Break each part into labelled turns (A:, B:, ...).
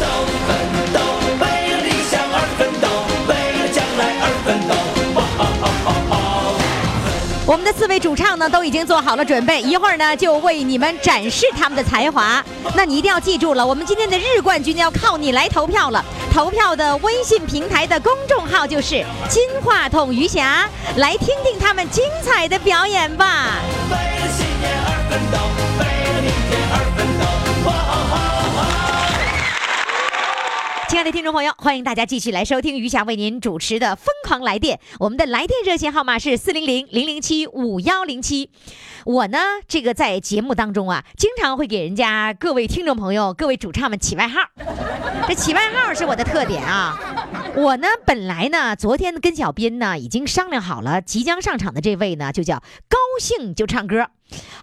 A: 斗，奋斗，为了理想而奋斗，为了将来而奋斗。
B: 我们的四位主唱呢，都已经做好了准备，一会儿呢就为你们展示他们的才华。那你一定要记住了，我们今天的日冠军要靠你来投票了。投票的微信平台的公众号就是“金话筒余霞”，来听听他们精彩的表演吧。
A: 为了信念而奋斗，为了明天而奋斗。
B: 亲爱的听众朋友，欢迎大家继续来收听余霞为您主持的《疯狂来电》。我们的来电热线号码是四零零零零七五幺零七。我呢，这个在节目当中啊，经常会给人家各位听众朋友、各位主唱们起外号。这起外号是我的特点啊。我呢，本来呢，昨天跟小编呢已经商量好了，即将上场的这位呢，就叫高兴就唱歌。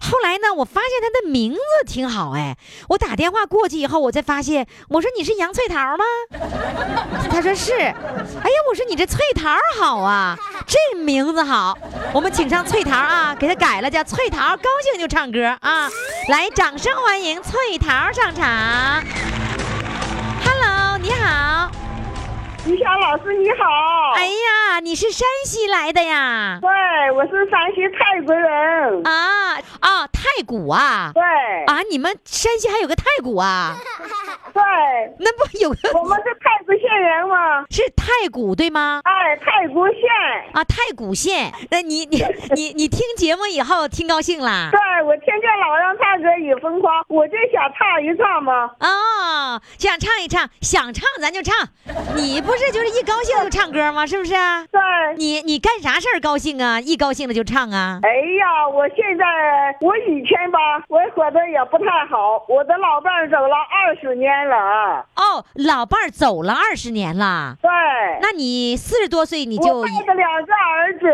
B: 后来呢，我发现他的名字挺好哎，我打电话过去以后，我才发现，我说你是杨翠桃吗？ 他说是，哎呀，我说你这翠桃好啊，这名字好，我们请上翠桃啊，给他改了叫翠桃，高兴就唱歌啊，来，掌声欢迎翠桃上场。Hello，你好，
C: 于霞老师你好，
B: 哎呀，你是山西来的呀？
C: 对，我是山西泰国人，
B: 啊啊，太谷啊
C: 对、
B: 啊，你们山西还有个太谷啊？
C: 对，
B: 那不有个
C: 我们是泰国县人嘛，
B: 是太谷对吗？
C: 哎，泰国县，
B: 啊，太谷县，那你你你你听节目以后听高兴啦？
C: 对我听见老让泰哥也疯狂，我就想唱一唱嘛，
B: 哦，想唱一唱，想唱咱就唱。你不是就是一高兴就唱歌吗？是不是？
C: 对，
B: 你你干啥事儿高兴啊？一高兴了就唱 啊？
C: 哎呀，我现在我以前吧，我活得也不太好，我的老伴儿走了二十年了，
B: 哦，老伴儿走了二十年了，
C: 对。
B: 那你四十多岁你
C: 我
B: 就
C: 带着两个儿子，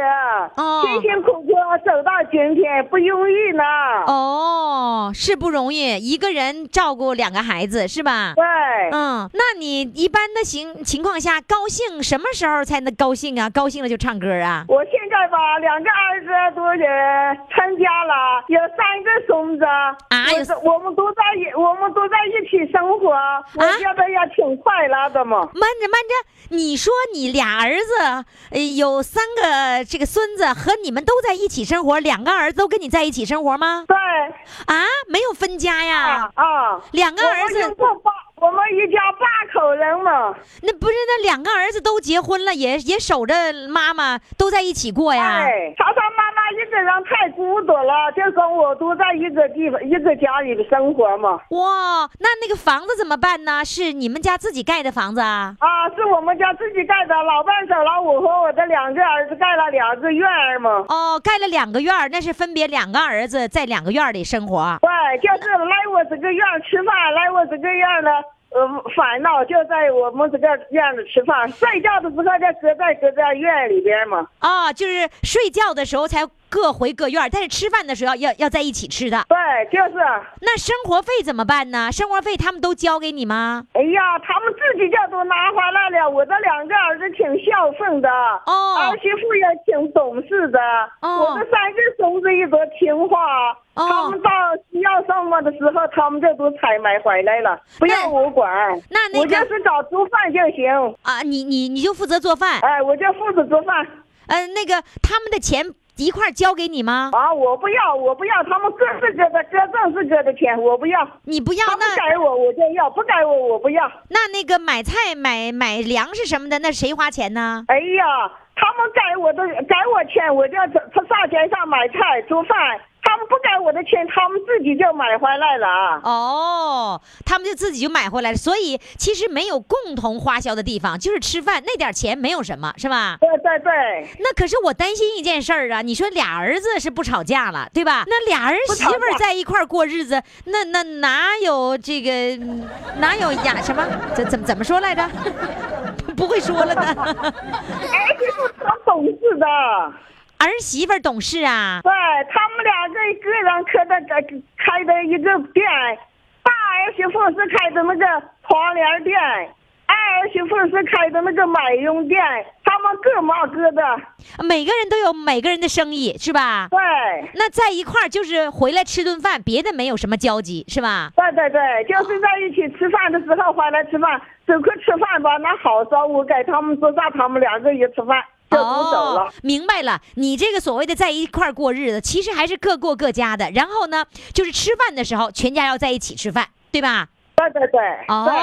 B: 哦
C: 辛辛苦苦走到今天，不容易呢。
B: 哦，是不容易，一个人照顾两个孩子是吧？
C: 对，
B: 嗯，那你一般的情情况下高兴什么时候才能高兴啊？高兴了就唱歌啊？
C: 我现在吧，两个儿子都也参加了，有三个孙子，我
B: 啊有
C: 这我们都在一我们都在一起生活，我
B: 啊
C: 觉得也挺快乐的嘛。
B: 慢着慢着，你说你俩儿子，呃，有三个这个孙子和你们都在一起生活，两个儿子都跟你在一起生活吗？
C: 对，
B: 啊，没有分家呀
C: 啊？啊，
B: 两个儿
C: 我们一
B: 子，
C: 共八，我们一家八口人嘛。
B: 那不是那两个儿子都结婚了，也也守着妈妈都在一起过呀？
C: 哎，常常妈妈一个人太孤独了，就跟我都在一个地方一个家里生活嘛。
B: 哇，那那个房子怎么办呢？是你们家自己盖的房子啊？
C: 啊，是我们家自己盖的，老伴走了，我和我的两个儿子盖了两个院儿嘛。
B: 哦，盖了两个院儿，那是分别两个儿子在两个院儿里生活。
C: 对，就是来我这个院儿吃饭，来我这个院儿呢，呃，烦恼就在我们这个院儿里吃饭，睡觉的时候就隔在隔在院儿里边嘛。
B: 哦，就是睡觉的时候才各回各院儿，但是吃饭的时候要要要在一起吃的。
C: 对，就是，
B: 那生活费怎么办呢？生活费他们都交给你吗？
C: 哎呀，他们自己就都拿回来了。我这两个儿子挺孝顺的，
B: 哦
C: 儿媳妇也挺懂事的，
B: 哦
C: 我这三个孙子也都听话。
B: 哦
C: 他们到需要什么的时候，他们就都采买回来了，不
B: 那
C: 用我管。
B: 那那个
C: 我就是搞做饭就行，
B: 啊，你你你就负责做饭，
C: 哎，我就负责做饭。
B: 呃，那个他们的钱一块儿交给你吗？
C: 啊，我不要，我不要，他们各是各的，各挣是各的钱，我不要。
B: 你不要
C: 他们
B: 那
C: 给我我就要，不给我我不要。
B: 那那个买菜买买粮食什么的，那谁花钱呢？
C: 哎呀，他们给我的给我钱，我就他上街上买菜做饭。他们不给我的钱，他们自己就买回来了啊。
B: 哦，他们就自己就买回来了，所以其实没有共同花销的地方，就是吃饭那点儿钱没有什么，是吧？
C: 对对对，
B: 那可是我担心一件事儿啊！你说俩儿子是不吵架了，对吧？那俩儿媳妇儿在一块儿过日子，那那哪有这个，嗯哪有呀什么？怎怎怎么说来着？不 不会说了呢？
C: 儿媳妇很懂事的，
B: 儿媳妇儿懂事啊，
C: 对他们两个个人开的开的一个店，大儿媳妇是开的那个窗帘店，二儿媳妇是开的那个买用店，他们各忙各的，
B: 每个人都有每个人的生意，是吧？
C: 对。
B: 那在一块儿就是回来吃顿饭，别的没有什么交集，是吧？
C: 对对对，就是在一起吃饭的时候回来吃饭，走快吃饭吧，那好招呼，给他们说让他们两个人吃饭，就不走了。
B: 哦，明白了。你这个所谓的在一块儿过日子，其实还是各过各家的。然后呢，就是吃饭的时候，全家要在一起吃饭，对吧？
C: 对对对，对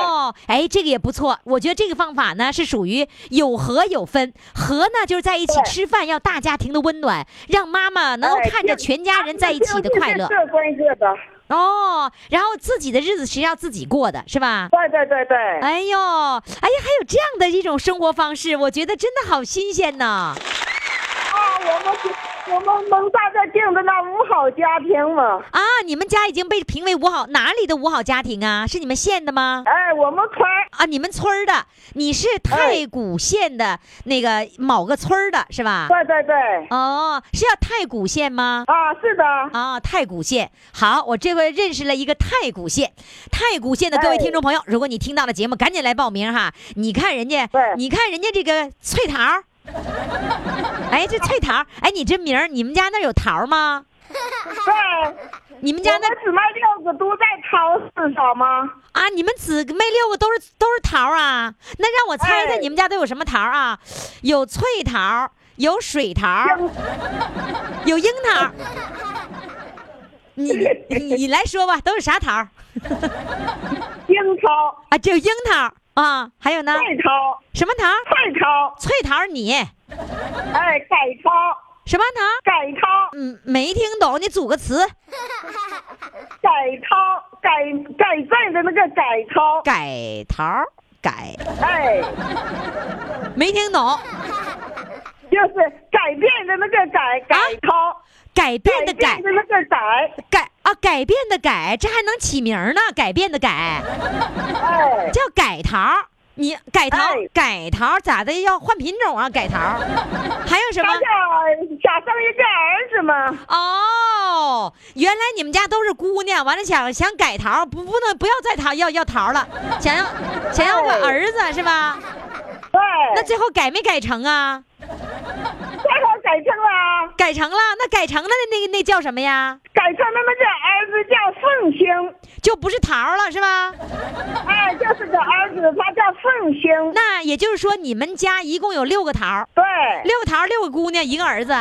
B: 哦，哎，这个也不错。我觉得这个方法呢是属于有和有分。和呢就是在一起
C: 对
B: 吃饭，要大家庭的温暖，让妈妈能够
C: 哎
B: 看着
C: 就
B: 全家人在一起的快乐
C: 就是各归各的，
B: 哦。然后自己的日子是要自己过的，是吧？
C: 对对对对。
B: 哎呦，哎呀，还有这样的一种生活方式，我觉得真的好新鲜呢。
C: 啊，我们我们能大家定的那五好家庭嘛？
B: 啊，你们家已经被评为五好哪里的五好家庭啊？是你们县的吗？
C: 哎，我们村儿
B: 啊，你们村儿的，你是太谷县的那个某个村儿的是吧？
C: 对对对，
B: 哦，是要太谷县吗？
C: 啊，是的，
B: 啊，太谷县。好，我这回认识了一个太谷县。太谷县的各位
C: 哎
B: 听众朋友，如果你听到了节目，赶紧来报名哈！你看人家
C: 对，
B: 你看人家这个翠桃 儿，哎，这翠桃儿，哎，你这名儿，你们家那儿有桃儿吗？
C: 对，
B: 你们家
C: 我
B: 那
C: 们姊妹六个都在超市上吗？
B: 啊，你们姊妹六个都是都是桃儿啊？那让我猜猜
C: 哎
B: 你们家都有什么桃儿啊？有翠桃儿，有水桃儿，
C: 樱
B: 有樱桃儿。 你你你来说吧，都有啥桃儿
C: 樱桃、
B: 啊？只有樱桃儿啊，还有呢？
C: 菜桃、
B: 什么桃儿？
C: 菜桃，
B: 翠桃儿你
C: 哎，改桃、
B: 什么桃儿？
C: 改桃、
B: 嗯，没听懂，你组个词，
C: 改桃、改改正的那个改桃，
B: 改桃儿改，
C: 哎，
B: 没听懂，
C: 就是改变的那个改改桃，
B: 改啊变的改
C: 改变的那个改，
B: 改啊，改变的改，这还能起名儿呢？改变的改。
C: 哎，
B: 叫改桃儿，你改桃儿
C: 哎
B: 改桃儿咋的？要换品种啊？改桃 儿，还有什么
C: 他？想想生一个儿子嘛。
B: 哦，原来你们家都是姑娘，完了想想改桃儿，不不能不要再桃要要桃儿了，想要想要个
C: 哎
B: 儿子是吧？
C: 对，
B: 那最后改没改成啊？
C: 最后改成了，
B: 改成了，那改成了的那个那叫什么呀？
C: 改成了那个儿子叫凤星，
B: 就不是桃儿了是吧？
C: 哎，就是个儿子，他叫凤星。
B: 那也就是说你们家一共有六个桃儿，
C: 对，
B: 六个桃儿，六个姑娘，一个儿子。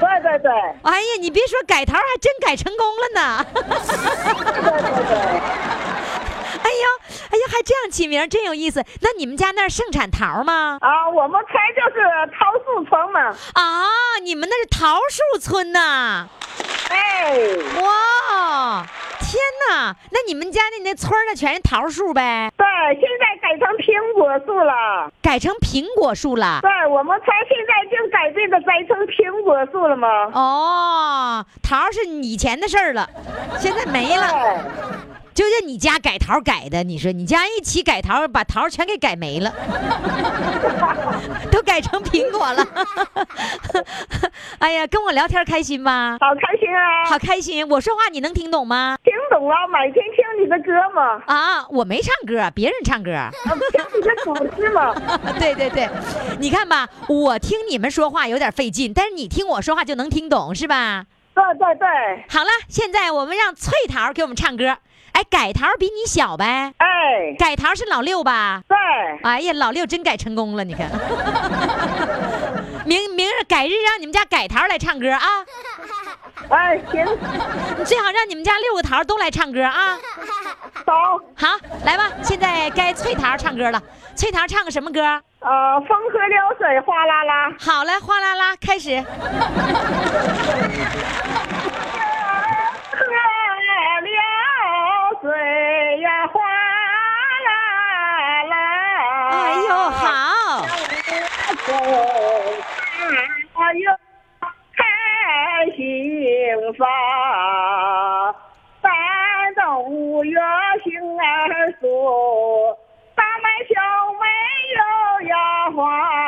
C: 对对对，
B: 哎呀，你别说改桃儿还真改成功 了呢。
C: 对对对，
B: 哎呦，哎呦，还这样起名儿，真有意思。那你们家那儿盛产桃吗？
C: 啊，我们村就是桃树村嘛，
B: 啊，你们那是桃树村呐、
C: 哎，
B: 哇，天哪！那你们家那那村儿那全是桃树呗，
C: 对，现在改成苹果树了。
B: 改成苹果树了。
C: 对，我们村现在就改这个改成苹果树了嘛。
B: 哦，桃是以前的事儿了，现在没
C: 对，
B: 了。就像你家改桃改的，你说你家一起改桃，把桃全给改没了，都改成苹果了。哎呀，跟我聊天开心吗？
C: 好开心啊！
B: 好开心！我说话你能听懂吗？
C: 听懂了，每天听你的歌嘛，
B: 啊，我没唱歌，别人唱歌。
C: 听你的主持嘛。
B: 对对对，你看吧，我听你们说话有点费劲，但是你听我说话就能听懂，是吧？
C: 对对对，
B: 好了，现在我们让翠桃给我们唱歌。哎，改桃比你小呗？
C: 哎，
B: 改桃是老六吧？
C: 对。
B: 哎呀，老六真改成功了，你看。 明明日改日让你们家改桃来唱歌啊！
C: 哎，行，
B: 你最好让你们家六个桃都来唱歌啊！
C: 走，
B: 好，来吧，现在该翠桃唱歌了。翠桃唱个什么歌？
C: 呃，风和流水哗啦啦，
B: 好了，哗啦啦，开始。
C: 河流水呀哗啦啦，
B: 哎呦，，好，
C: 哎呦，开心发，三冬五月杏儿熟，大麦小麦又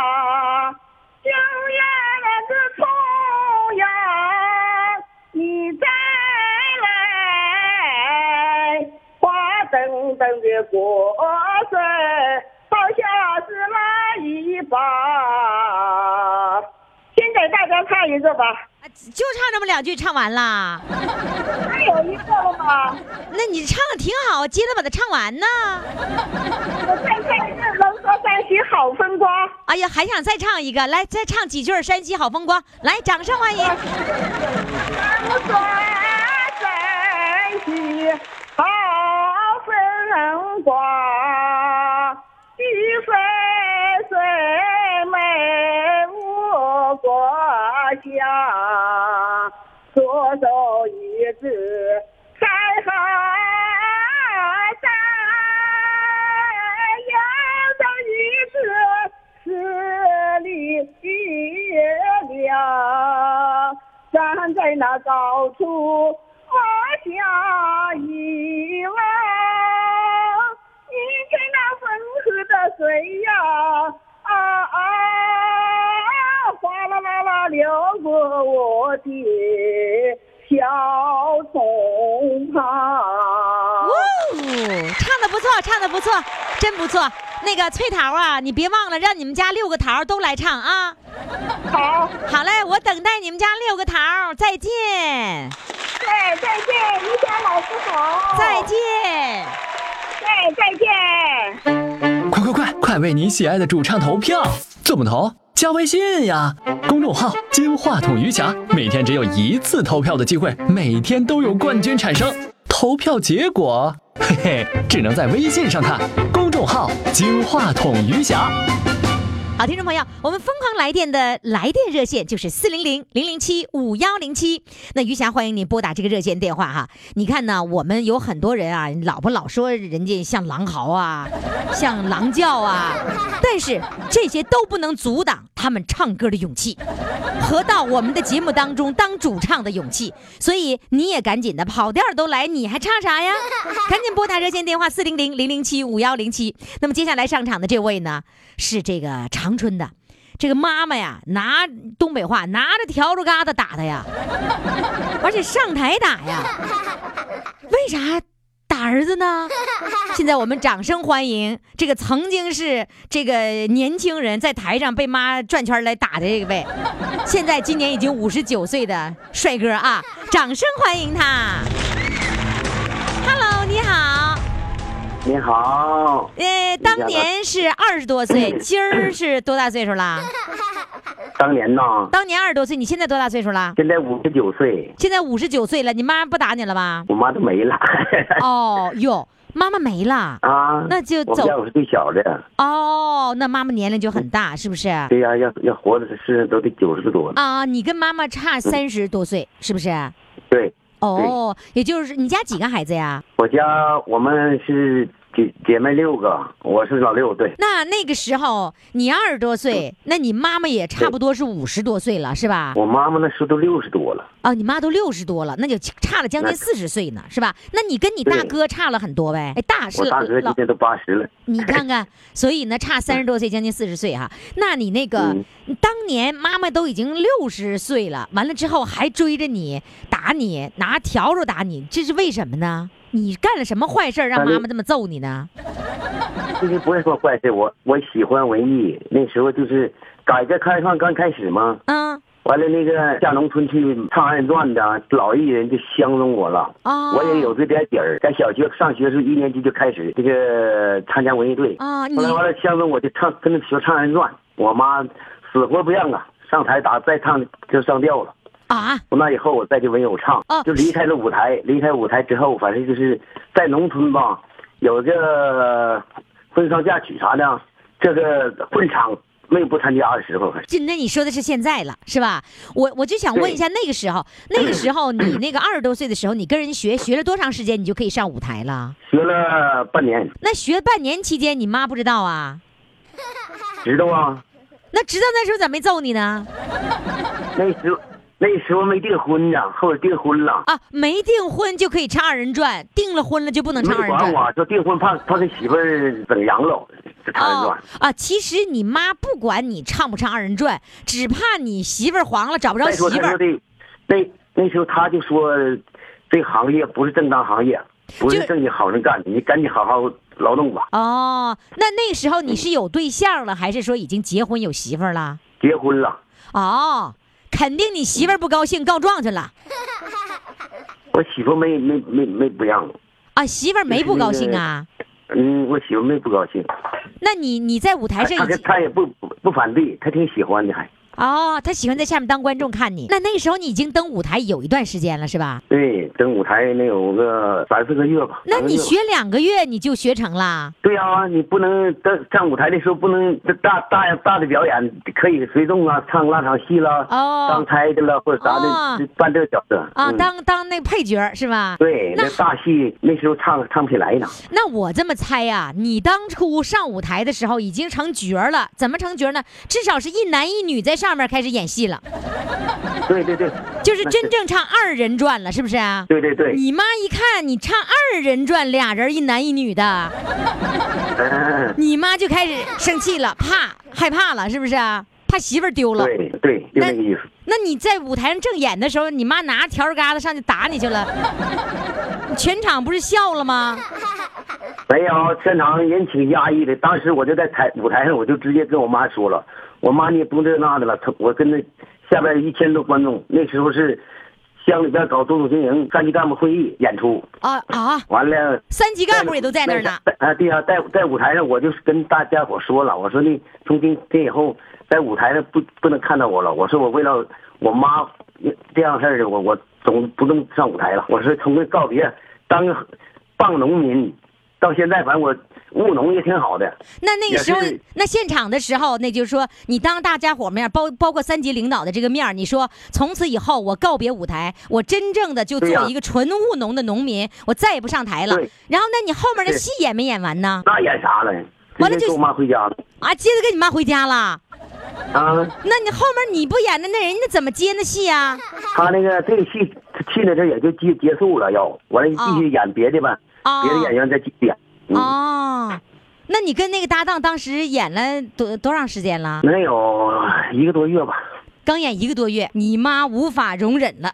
C: 过身，好像是那一把。先给大家唱一个吧，
B: 啊就唱这么两句，唱完啦。
C: 还有一个了吗？
B: 那你唱的挺好，接着把它唱完呢。
C: 我再唱一个《龙说山西好风光》。
B: 哎呀，还想再唱一个，来再唱几句《山西好风光》，来，掌声欢迎。
C: 我说山西好风光，一分水美我国家，左手一指山河山，右手一指十里梁。站在那高处往下一望，你看那汾河的水呀，啊啊，哗啦啦啦流过我的小胸
B: 哦
C: 膛。，
B: 唱的不错，唱的不错，真不错。那个翠桃啊，你别忘了让你们家六个桃儿都来唱啊。
C: 好，
B: 好嘞，我等待你们家六个桃儿，再见，
C: 对，再见，于霞老师好。
B: 再，见。
C: 对，再见。
D: 快快快，快为你喜爱的主唱投票！怎么投？加微信呀，公众号“金话筒余霞”，每天只有一次投票的机会，每天都有冠军产生。投票结果，嘿嘿，只能在微信上看。公众号“金话筒余霞”。
B: 好，听众朋友，我们疯狂来电的来电热线就是四零零零零七五幺零七。那余霞欢迎你拨打这个热线电话哈。你看呢，我们有很多人啊，老婆老说人家像狼嚎啊， 像狼叫啊，但是这些都不能阻挡他们唱歌的勇气。和到我们的节目当中当主唱的勇气，所以你也赶紧的，跑调都来，你还唱啥呀？赶紧拨打热线电话四零零零零七五幺零七。那么接下来上场的这位呢，是这个长春的。这个妈妈呀，拿东北话拿着笤帚疙瘩打他呀，而且上台打呀，为啥打儿子呢？现在我们掌声欢迎这个曾经是这个年轻人在台上被妈转圈来打的这位，现在今年已经五十九岁的帅哥啊，掌声欢迎他。Hello，你好，
E: 你好，
B: 呃，当年是二十多 岁，今儿是多大岁数啦？
E: 当年呐，
B: 当年二十多岁，你现在多大岁数啦？
E: 现在五十九岁，
B: 现在五十九岁了，你妈不打你了 吧？
E: 我妈都没 了。
B: 哦哟，妈妈没了。
E: 啊，
B: 那就
E: 我们
B: 走
E: 家我是最小的，
B: 哦，那妈妈年龄就很大，是不是？
E: 对呀、要要活的是都得九十多了。
B: 啊，你跟妈妈差三十多岁，是不是？
E: 对
B: 啊哦，也就是你家几个孩子呀？
E: 我家我们是姐姐妹六个，我是老六，对
B: 那那个时候你二十多
E: 嗯
B: 岁，那你妈妈也差不多是五十多岁了，是吧？
E: 我妈妈那时候都六十多了。
B: 哦，你妈都六十多了，那就差了将近
E: 那
B: 四十岁呢，是吧？那你跟你大
E: 对
B: 哥差了很多呗？哎，大是
E: 我大哥今
B: 老，
E: 年都八十了，
B: 你看看，所以呢，差三十多岁，将近四十岁哈、那你那个、
E: 嗯
B: 当年妈妈都已经六十岁了，完了之后还追着你打你，拿笤帚打你，这是为什么呢？你干了什么坏事儿让
E: 那就
B: 妈妈这么揍你呢？
E: 其实不是说坏事，我我喜欢文艺，那时候就是改革开放刚开始嘛，
B: 嗯
E: 完了那个下农村去唱二人转的老艺人就相中我了。
B: 啊，
E: 我也有这点底儿，在小学上学时候一年级就开始这个参加文艺队。
B: 啊，你
E: 后来完了，乡中我就唱跟着学唱二人转，我妈死活不让啊，上台打再唱就上吊了。
B: 啊
E: 从那以后我再就没有唱
B: 哦，
E: 就离开了舞台。离开舞台之后，反正就是在农村吧，有个婚丧嫁娶啥的，这个混场没有不参加的时候。
B: 这那你说的是现在了，是吧？我我就想问一下，那个时候，那个时候你那个二十多岁的时候，你跟人学学了多长时间，你就可以上舞台了？
E: 学了半年，
B: 那学半年期间，你妈不知道啊？
E: 知道啊？
B: 那知道那时候咋没揍你呢？
E: 那时候那时候没订婚呢，后来订婚了。
B: 啊，没订婚就可以唱二人转，订了婚了就不能
E: 没
B: 唱二人
E: 管
B: 转。哦
E: 我，说订婚怕怕给媳妇儿整洋了，这他人
B: 哦
E: 转。
B: 啊，其实你妈不管你唱不唱二人转，只怕你媳妇儿黄了找不着
E: 再
B: 媳
E: 说
B: 妇
E: 他说
B: 儿。
E: 的，那那时候他就说，这行业不是正当行业，不
B: 就是
E: 正经好人干的，你赶紧好好劳动法，
B: 哦，那那个时候你是有对象了，还是说已经结婚有媳妇儿了？
E: 结婚了。
B: 哦，肯定你媳妇儿不高兴告状去了
E: 我媳妇没没没没不让我，
B: 啊，媳妇儿没不高兴啊？
E: 嗯，我媳妇没不高兴，
B: 那你你在舞台
E: 她
B: 上
E: 她
B: 已
E: 跟
B: 经
E: 她也不不不反对，她挺喜欢的，还
B: 哦，他喜欢在下面当观众看你。那那个时候你已经登舞台有一段时间了，是吧？
E: 对，等舞台能有个三四个月吧。
B: 那
E: 三个
B: 你
E: 月吧
B: 学两个月你就学成了？
E: 对啊，你不能在上舞台的时候不能大大大的表演，可以随动啊，唱拉场戏啦，
B: 哦
E: 当差的啦或者啥的，
B: 哦
E: 扮这角色
B: 啊，
E: 嗯
B: 当当那配角儿是吧？
E: 对
B: 那
E: 那大戏那时候唱唱不起来呢，
B: 那我这么猜呀、你当初上舞台的时候已经成角儿了，怎么成角儿呢？至少是一男一女在上面开始演戏了，
E: 对对对，
B: 就是
E: 那
B: 真正唱二人转了，是不是啊？
E: 对对对，
B: 你妈一看你唱二人转，俩人一男一女的，
E: 嗯，
B: 你妈就开始生气了，怕害怕了，是不是啊？怕媳妇儿丢了。
E: 对对，就
B: 那
E: 那个意思。
B: 那你在舞台上正演的时候，你妈拿条儿疙瘩上去打你去了，你全场不是笑了吗？
E: 没有，现场人挺压抑的。当时我就在台舞台上，我就直接跟我妈说了，我妈你也不用这那的了。她我跟那下边一千多观众，那时候是乡里边搞总统经营三级干部会议演出，
B: 啊啊！
E: 完了
B: 三级干部也都在那儿呢。
E: 啊，对呀、在在舞台上，我就是跟大家伙说了，我说呢，从今天以后在舞台上不不能看到我了。我说我为了我妈这样事儿的，我我总不能上舞台了。我说从这告别，当个棒农民，到现在反正我务农也挺好的。
B: 那那个时候
E: 也是，
B: 那现场的时候，那就是说，你当大家伙面，包包括三级领导的这个面儿，你说从此以后我告别舞台，我真正的就
E: 对呀
B: 做一个纯务农的农民，我再也不上台了
E: 对。
B: 然后，那你后面的
E: 对
B: 戏演没演完呢？
E: 那演啥了？
B: 完了
E: 直接
B: 就
E: 跟我妈回家了
B: 啊，接着跟你妈回家了。
E: 啊。
B: 那你后面你不演的，那人家怎么接那戏啊？
E: 他那个这个戏戏在这儿也就结结束了，要完了继续演别的吧，
B: 哦
E: 别的演员再继续演。嗯，
B: 哦，那你跟那个搭档当时演了多多长时间了？
E: 能有一个多月吧。
B: 刚演一个多月，你妈无法容忍了。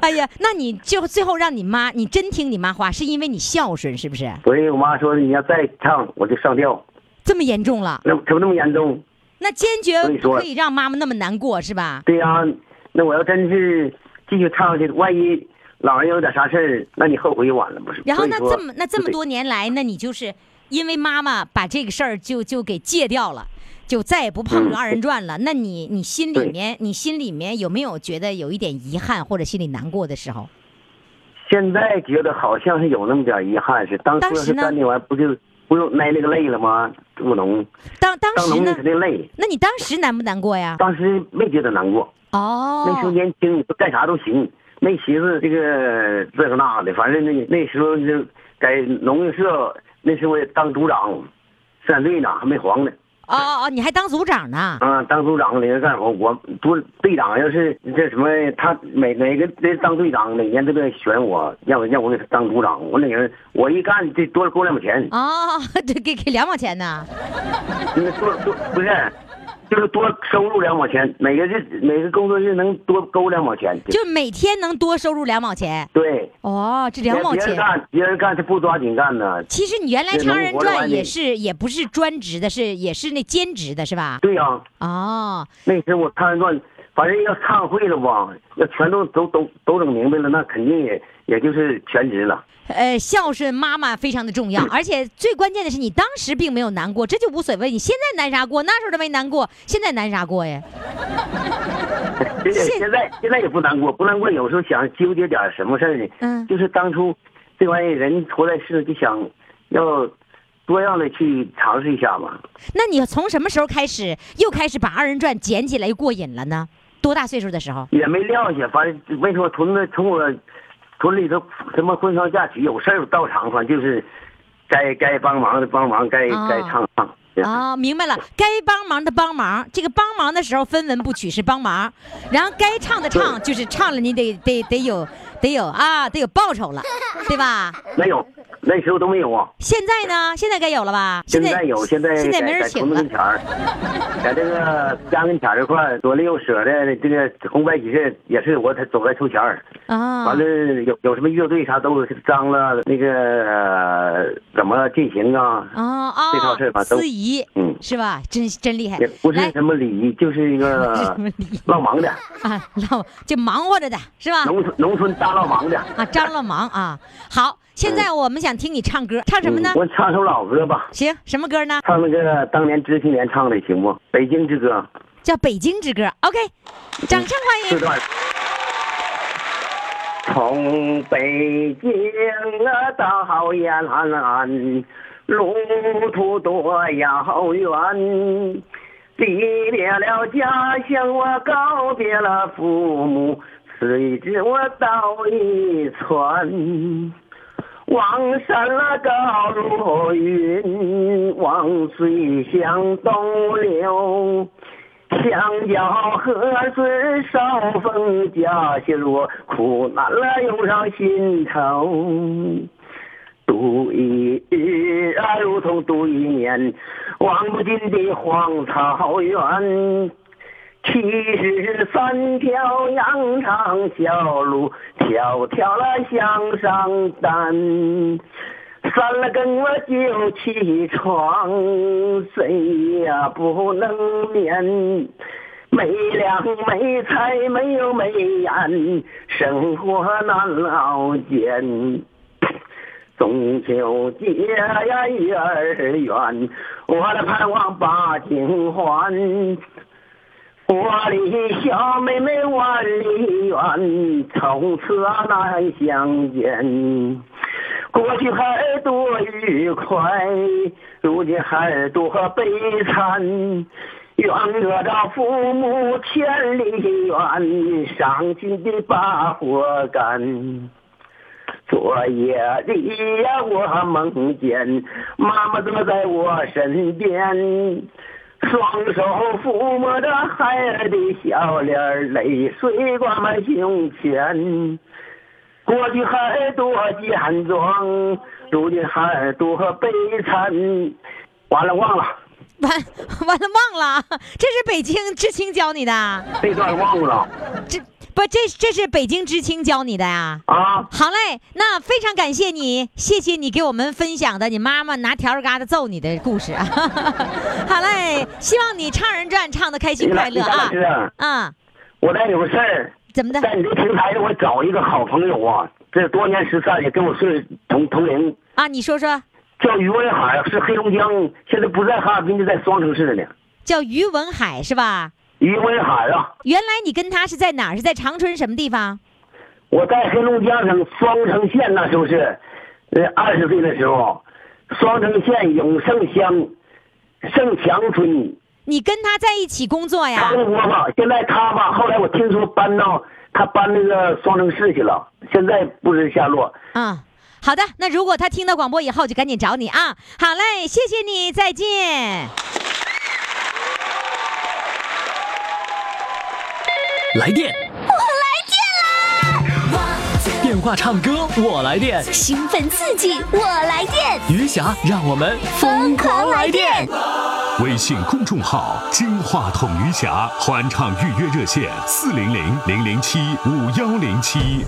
B: 哎呀，那你就最后让你妈，你真听你妈话，是因为你孝顺是不是？
E: 所以我妈说你要再唱我就上吊，
B: 这么严重了，
E: 那怎么那么严重？
B: 那坚决
E: 所以
B: 不
E: 说
B: 可以让妈妈那么难过是吧？
E: 对呀、那我要真是继续唱下去，万一老人有点啥事儿，那你后悔也晚了不是？
B: 然后那
E: 所以说
B: 这么那这么，多年来，那你就是因为妈妈把这个事儿就就给戒掉了，就再也不碰
E: 嗯
B: 二人转了。那你你心里
E: 对
B: 面你心里面有没有觉得有一点遗憾或者心里难过的时候？
E: 现在觉得好像是有那么点遗憾，是当
B: 当
E: 初要
B: 时
E: 是
B: 呢
E: 干那玩意儿，不就不用挨那个累了吗？务农，
B: 当当
E: 当
B: 时
E: 农民
B: 呢
E: 肯？定累，
B: 那你当时难不难过呀？
E: 当时没觉得难过，那时候
B: 哦，
E: 年轻，干啥都行，没寻思这个这个那的，反正那那时候就在农业社，那时候我也当组长，生产队长还没黄呢。
B: 哦哦哦，你还当组长呢？
E: 啊，当组长领着干活，我组队长要是这什么，他每每个这当队长每年都得选我，让我让我给他当组长，我领着我一干这多多两毛钱，
B: 哦，对，给给两毛钱呢。
E: 因为多多不是，就是多收入两毛钱，每个日每个工作日能多勾两毛钱，
B: 就每天能多收入两毛钱。
E: 对，
B: 哦，这两毛
E: 别人
B: 钱。
E: 干别人干他不抓紧干呢，
B: 其实你原来
E: 也
B: 唱
E: 能
B: 二人
E: 活着
B: 转
E: 完
B: 也
E: 你
B: 是也不是专职的，是也是那兼职的是吧？
E: 对呀、
B: 哦，
E: 那时候我看完段，反正要唱会了吧，要全都都都都整明白了，那肯定也也就是全职了。
B: 呃，孝顺妈妈非常的重要，而且最关键的是，你当时并没有难过，这就无所谓。你现在难啥过？那时候都没难过，现在难啥过呀？
E: 现在现在现在也不难过，不难过。有时候想纠结点什么事儿呢？
B: 嗯
E: 就是当初这玩意儿人活在世就想要多样的去尝试一下嘛。
B: 那你从什么时候开始又开始把二人转捡起来又过瘾了呢？多大岁数的时候？
E: 也没撂下，反正没说从那从我屯里头什么婚丧嫁娶有事儿到场，反正就是该该帮忙的帮忙，该、
B: 哦
E: 该唱唱。
B: 啊、明白了，该帮忙的帮忙，这个帮忙的时候分文不取是帮忙，然后该唱的唱，就是唱了你得得得有得有啊，得有报酬了，对吧？
E: 没有
F: 那时候都没有啊。
B: 现在呢？现在该有了吧？
F: 现在有，现在
B: 现在没
F: 在
B: 人
F: 在
B: 请
F: 屯
B: 了
F: 子跟。前儿，在这个家跟前儿这块儿左邻右舍的这个红白喜事也是我走来凑钱儿。
B: 啊
F: 完，了有有什么乐队啥都张了，那个、呃怎么进行啊？
B: 啊
F: 这套事儿
B: 啊！
F: 吧都
B: 司仪，
F: 嗯
B: 是吧？真真厉害
F: 也，不是啊
B: 来
F: 什么礼仪，就是一 个
B: 什么礼仪
F: 浪忙的，
B: 啊，老就忙活着的是吧？
F: 农村农村大浪忙的。
B: 啊，张了忙啊！好，现在我们想听你唱歌，唱什么呢
F: 嗯？我唱首老歌吧，
B: 行，什么歌呢？
F: 唱那个当年知青年唱的行不？《北京之歌
B: 叫《北京之歌》。OK，掌声》欢
F: 这
B: 迎。
F: 段儿。从北京啊到延安，路途多遥远。离别了家乡，我告别了父母，随之我到一川。望山了高如云，望水向东流。相交何时少风家心我苦难了涌上心头。度一日啊，如同度一年，望不尽的荒草原。七十三条羊肠小路，条条了向上担。三了更我就起床，谁呀不能眠。没粮没菜没油没盐，生活难熬煎。中秋节呀，月儿圆，我的盼望把情还。我的小妹妹万里远，从此啊难相见。过去孩儿多愉快，如今孩儿多悲惨。远隔着父母千里远，伤心的把火干。昨夜里呀，我梦见妈妈坐在我身边，双手抚摸着孩儿的小脸儿，泪水挂满胸前。过去孩儿多健壮，如今孩儿多悲惨。完了，忘了
B: 完 完了，忘了，啊这是北京知青教你的，
F: 这段忘了
B: 这不这这是北京知青教你的呀、
F: 啊！
B: 好嘞，那非常感谢你，谢谢你给我们分享的你妈妈拿笤帚疙瘩揍你的故事啊！ 好嘞，希望你唱人转唱的开心快乐啊
F: 李！老师，
B: 啊，
F: 我这有事儿。
B: 怎么的？
F: 在你这平台上，我找一个好朋友啊，这多年失散也跟我是同同龄，
B: 啊，你说说，
F: 叫于文海，是黑龙江，现在不在哈尔滨，就在双城市呢。
B: 叫于文海是吧？
F: 于文海啊，
B: 原来你跟他是在哪儿？是在长春什么地方？
F: 我在黑龙江省双城县那时候是，呃，二十岁的时候，双城县永胜乡盛强村
B: 你跟他在一起工作哎呀
F: 汤？窝吧。现在他吧，后来我听说搬到他搬那个双城市去了，现在不知下落。
B: 啊、好的，那如果他听到广播以后，就赶紧找你啊！好嘞，谢谢你，再见。
D: 来电，我来电啦！电话唱歌，我来电。
C: 兴奋刺激，我来电，
D: 余霞，让我们
C: 疯狂来电！
G: 微信公众号“金话筒余霞”欢唱预约热线：四零零零零七五幺零七。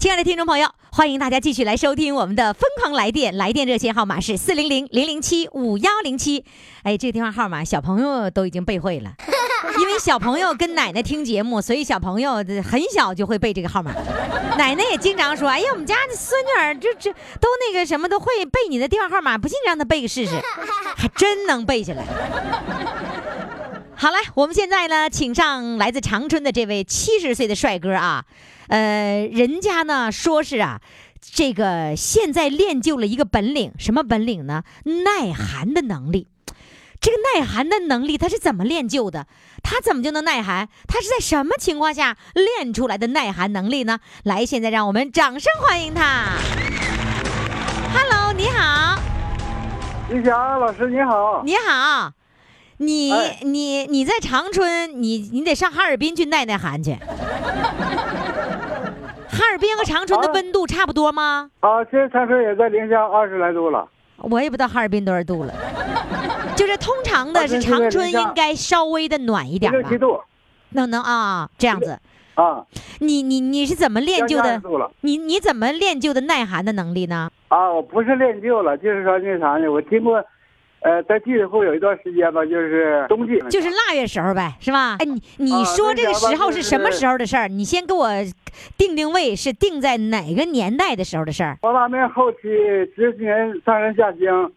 B: 亲爱的听众朋友，欢迎大家继续来收听我们的《疯狂来电》，来电热线号码是四零零零零七五幺零七。哎，这个电话号码小朋友都已经背会了，因为小朋友跟奶奶听节目，所以小朋友这很小就会背这个号码。奶奶也经常说：“哎呀，我们家的孙女儿就这都那个什么都会背你的电话号码，不信让她背个试试，还真能背下来。”好了，我们现在呢，请上来自长春的这位七十岁的帅哥啊，呃，人家呢说是啊，这个现在练就了一个本领，什么本领呢？耐寒的能力。这个耐寒的能力，他是怎么练就的？他怎么就能耐寒？他是在什么情况下练出来的耐寒能力呢？来，现在让我们掌声欢迎他。Hello，你好。
H: 于霞老师您好，
B: 你好，你、
H: 哎
B: 你你 在长春，你你得上哈尔滨去耐耐寒去。哈尔滨和长春的温度差不多吗？
H: 啊，现在长春也在零下二十来度了。
B: 我也不知道哈尔滨多少度了，就是通常的是
H: 啊对对对
B: 长春
H: 零下
B: 应该稍微的暖一
H: 一
B: 点
H: 六
B: 吧
H: 七，度
B: 能能啊这样子。
H: 啊，
B: 你你你是怎么练就
H: 将近二
B: 的
H: 十？度了
B: 你你怎么练就的耐寒的能力呢？
H: 啊！我不是练就了，就是说那啥呢，我经过，呃，在剧后有一段时间吧，就是冬季，
B: 就是腊月时候呗，是吧？哎，你你
H: 啊
B: 说这个
H: 那啥吧
B: 时候
H: 就是是
B: 什么时候的事儿？你先给我定定位，是定在哪个年代的时候的事儿？
H: 黄大面后期执行上山下乡，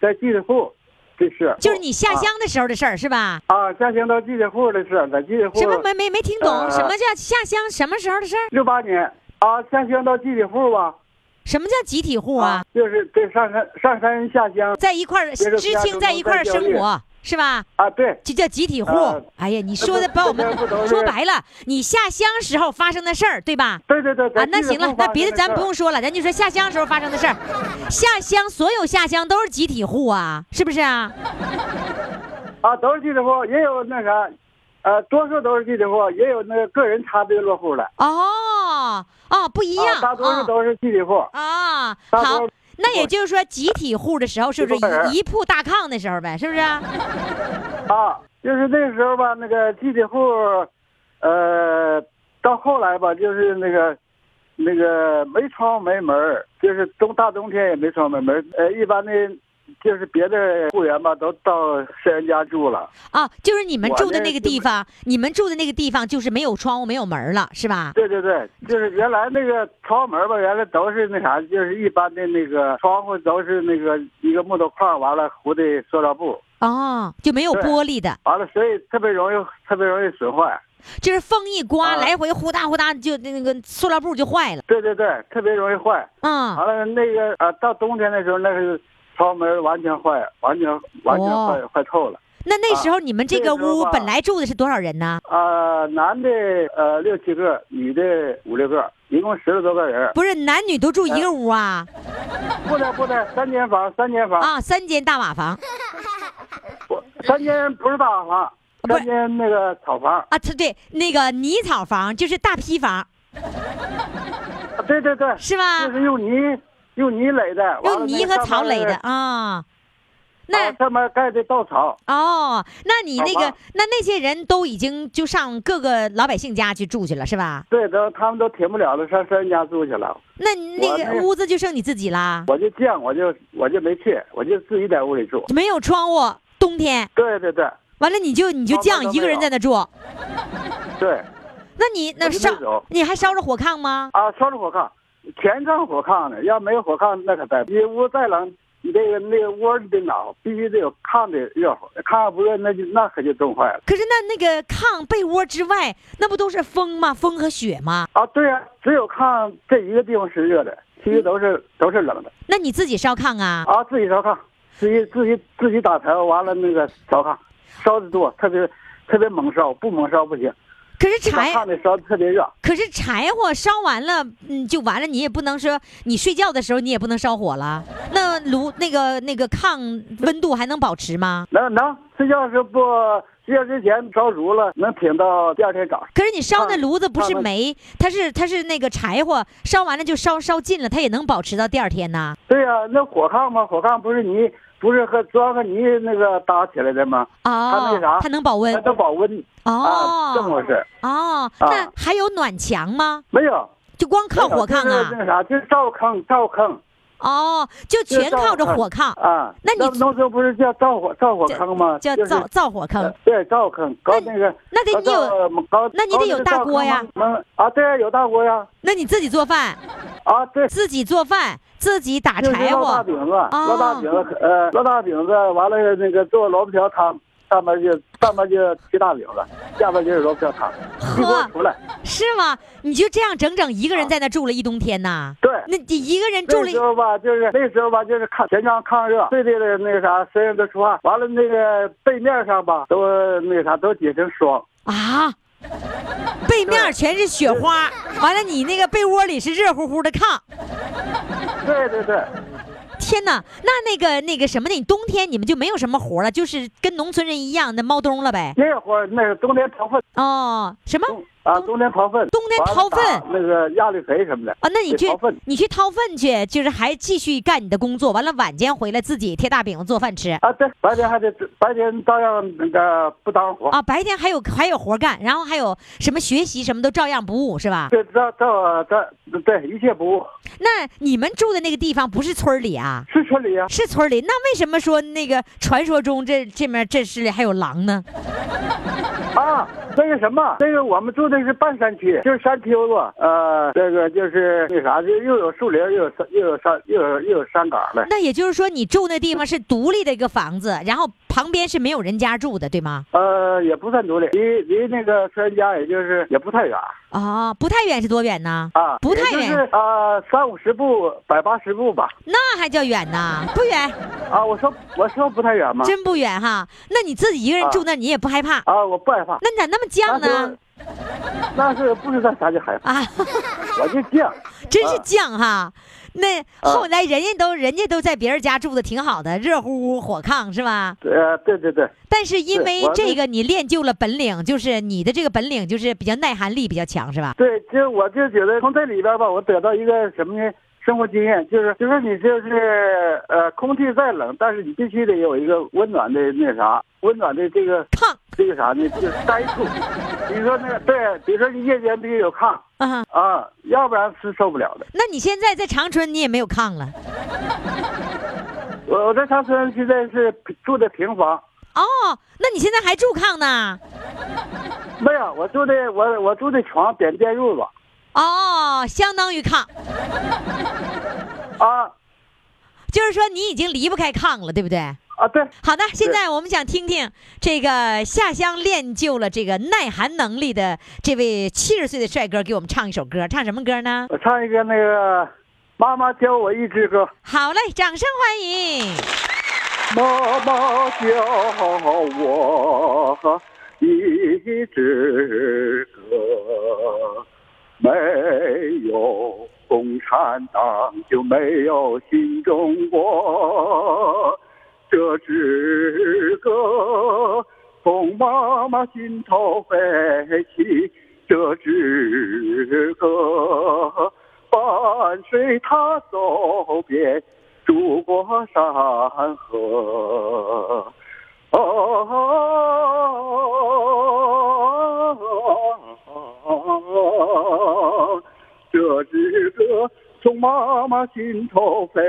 H: 在季子户，这是
B: 就是你下乡的时候的事儿，是吧？
H: 啊，下乡到季子户的事儿，在季子户
B: 什么没没没听懂？
H: 呃
B: 什么叫下乡？什么时候的事儿？
H: 六八年啊，下乡到季子户吧，
B: 什么叫集体户啊？，
H: 就是对上山上山下乡
B: 在一块儿
H: 接着
B: 知
H: 家
B: 青
H: 中
B: 在
H: 农
B: 一块儿
H: 再
B: 生
H: 就业
B: 活，是吧？
H: 啊，对
B: 就叫集体户
H: 呃。
B: 哎呀，你说的
H: 不
B: 把我 们
H: 这不都是
B: 说白了，你下乡时候发生的事儿，对吧？
H: 对对对，在
B: 啊，那
H: 季子
B: 行了
H: 户，
B: 那
H: 发
B: 别
H: 生
B: 的咱
H: 事儿
B: 不用说了，咱就说下乡时候发生的事儿。下乡所有下乡都是集体户啊，是不是啊？
H: 啊，都是地主户，也有那啥，呃，多数都是地主户，也有那个个人插队落户的，
B: 哦哦，不一样
H: 啊，大多数
B: 啊
H: 都是地主户。
B: 啊。
H: 大
B: 好
H: 多数，
B: 那也就是说集体户的时候，是不
H: 一拨
B: 是
H: 人
B: 一一铺大炕的时候呗？是不是啊？
H: 啊，就是那时候吧，那个集体户，呃，到后来吧，就是那个，那个没窗没门儿就是冬大冬天也没窗没门儿呃，一般的，就是别的户员吧，都到社员家住了。
B: 啊，就是你们
H: 我
B: 住的
H: 那
B: 那个
H: 就
B: 地方，你们住的那个地方就是没有窗户、没有门儿了，是吧？
H: 对对对，就是原来那个窗户门吧，原来都是那啥，就是一般的那个窗户都是那个一个木头框，完了糊的塑料布，
B: 哦，就没有
H: 对
B: 玻璃的，
H: 完了所以特别容易特别容易损坏。
B: 就是风一刮，
H: 啊
B: 来回呼哒呼哒，就那个塑料布就坏了。
H: 对对对，特别容易坏。
B: 嗯，
H: 完了那个啊，到冬天的时候，那是窗户门完全坏，完全完全坏、
B: 哦
H: 坏透了。
B: 那那时候你们这个
H: 啊那时候
B: 屋
H: 吧
B: 本来住的是多少人呢？
H: 啊、男的呃六七个，女的五六个，一共十来多个人。
B: 不是男女都住
H: 哎
B: 一个屋啊？
H: 不对不对，三间房，三间房，
B: 啊，三间大瓦房
H: 不三间不是大房，
B: 不是
H: 三间那个草房。
B: 啊，对对，那个泥草房就是大坯房
H: 啊对对对，
B: 是吧
H: 就？是用泥用泥垒的，完了
B: 用泥和草垒的
H: 那个
B: 啊。
H: 上面。
B: 那
H: 啊上面盖的稻草，
B: 哦，那你那
H: 好
B: 个
H: 吧
B: 那那些人都已经就上各个老百姓家去住去了是吧？
H: 对，都他们都停不了了，上山家住去了。
B: 那那
H: 我
B: 个
H: 那
B: 屋子就剩你自己啦，
H: 我就犟，我就我就没去，我就自己在屋里住。
B: 没有窗户，冬天
H: 对对对
B: 完了你就你就
H: 窗
B: 这
H: 户
B: 样
H: 都
B: 一个
H: 没
B: 人
H: 有
B: 在那住，
H: 对，
B: 那你那
H: 我就
B: 烧
H: 那种
B: 你还烧着火炕吗？
H: 啊，烧着火炕，全上火炕呢，要没有火炕那可在。你屋再冷，你这个那个窝你得暖和，必须得有炕得热乎，炕不热那就那可就冻坏了。
B: 可是那那个炕被窝之外，那不都是风吗？风和雪吗？
H: 啊，对呀、只有炕这一个地方是热的，其余都是都是冷的。
B: 那你自己烧炕啊？
H: 啊，自己烧炕，自己自己自己打柴，完了那个烧炕，烧的多，特别特别猛烧，不猛烧不行。
B: 可是
H: 把
B: 柴，
H: 炕得烧的特别热，
B: 可是柴火烧完了，嗯，就完了。你也不能说你睡觉的时候你也不能烧火了。那炉那个那个炕温度还能保持吗？
H: 能能睡觉时不睡觉之前着炉了，能挺到第二天早上。
B: 可是你烧那
H: 炕
B: 炉子不是
H: 炕温
B: 煤，它是它是那个柴火，烧完了就烧烧尽了，它也能保持到第二天呐。
H: 对呀、那火炕嘛，火炕不是泥，不是和砖和泥那个搭起来的吗？它
B: 哦
H: 那啥，
B: 它能保温
H: 它。能保温。啊，这
B: 哦
H: 么回事。
B: 哦，
H: 啊
B: 那还有暖墙吗？
H: 没有，
B: 就光靠
H: 没有
B: 火炕
H: 就是
B: 啊？
H: 那啥，就是灶炕，灶炕，
B: 哦，就
H: 就是
B: 全靠着
H: 灶
B: 火炕，
H: 啊。
B: 那你
H: 农村不是叫灶火灶火炕吗？
B: 叫
H: 就是
B: 灶灶火
H: 呃
B: 炕。
H: 对，灶炕搞那个，
B: 嗯那得你有
H: 搞搞，
B: 那你得有大锅呀
H: 搞那个灶炕吗。啊，对啊，有大锅呀。
B: 那你自己做饭，
H: 啊，对，
B: 自己做饭，自己打
H: 就是
B: 柴
H: 烙大
B: 火，哦
H: 饼子，烙大饼子，呃，烙大饼子，完了那个做萝卜条汤，上面就上面就切大饼子，下边就是萝卜条汤，一锅出来。
B: 是吗？你就这样整整一个人在那住了一冬天呐？
H: 对
B: 那你一个人住
H: 那
B: 了一
H: 时，候吧，就是那时候吧，就是炕全炕炕热，对对的那个啥，身上都出汗，完了那个背面上吧，都那个啥都结成霜。
B: 啊，背面全是雪花，完了你那个被窝里是热乎乎的炕，
H: 对对对，
B: 天哪！那那个那个什么呢？你冬天你们就没有什么活了，就是跟农村人一样那猫冬了呗？
H: 那会儿那个冬天头发
B: 哦，什么？
H: 冬
I: 啊，冬天掏粪，
B: 冬天
I: 完了
B: 掏粪
I: 打那个压力肥什么的
B: 啊，那你
I: 得
B: 去
I: 掏粪
B: 你去掏粪去，就是还继续干你的工作，完了晚间回来自己贴大饼做饭吃
I: 啊，对，白天还得白天照样那个不耽误活，
B: 啊，白天还有还有活干，然后还有什么学习什么都照样不误是吧？
I: 这照照照对一切不误，
B: 那你们住的那个地方不是村儿里啊？
I: 是村里呀、
B: 是村儿里，那为什么说那个传说中这这面这市里还有狼呢？
I: 啊，那个什么，那个我们住的是半山区，就是山丘子，呃，这个就是那啥，就又有树林，又有山，又有山，又有又有山岗的。
B: 那也就是说，你住那地方是独立的一个房子，然后旁边是没有人家住的，对吗？
I: 呃，也不算独立，离离那个村家也就是也不太远
B: 啊、不太远是多远呢？
I: 啊，
B: 不太
I: 也就
B: 远，
I: 是啊三五十步，百八十步吧。
B: 那还叫远呢？不远，
I: 啊，我说我说不太远嘛。
B: 真不远哈。那你自己一个人住那，你也不害怕？
I: 啊，我不害怕。
B: 那你咋那么犟呢？
I: 那是不知道啥叫害怕，
B: 啊，
I: 我就犟。
B: 真是犟哈。
I: 嗯
B: 那后来人家都人家都在别人家住的挺好的，热乎乎火炕是吧？
I: 呃，对对对，
B: 但是因
I: 对
B: 为
I: 我还
B: 这
I: 没
B: 个你练就了本领，就是你的这个本领就是比较耐寒力比较强是吧？
I: 对，就我就觉得从这里边吧，我得到一个什么呢？生活经验就是，就是你就是呃，空气再冷，但是你必须得有一个温暖的那啥，温暖的这个
B: 炕
I: 这个啥呢？就是呆处。比如说那个对，比如说你夜间必须有炕
B: 啊，
I: 啊，要不然是受不了的。
B: 那你现在在长春你也没有炕了。
I: 我我在长春现在是住的平房，
B: 哦，那你现在还住炕呢？
I: 没有，我住的我我住的床点电褥子
B: 哦，相当于炕，
I: 啊
B: 就是说你已经离不开炕了，对不对？
I: 啊对。
B: 好的，现在我们想听听这个下乡练就了这个耐寒能力的这位七十岁的帅哥给我们唱一首歌，唱什么歌呢？
I: 我唱一个那个，妈妈教我一支歌，
B: 好嘞，掌声欢迎！
I: 妈妈教我一支歌，没有共产党就没有新中国，这支歌从妈妈心头飞起，这支歌伴随她走遍祖国山河。啊，这支歌从妈妈心头飞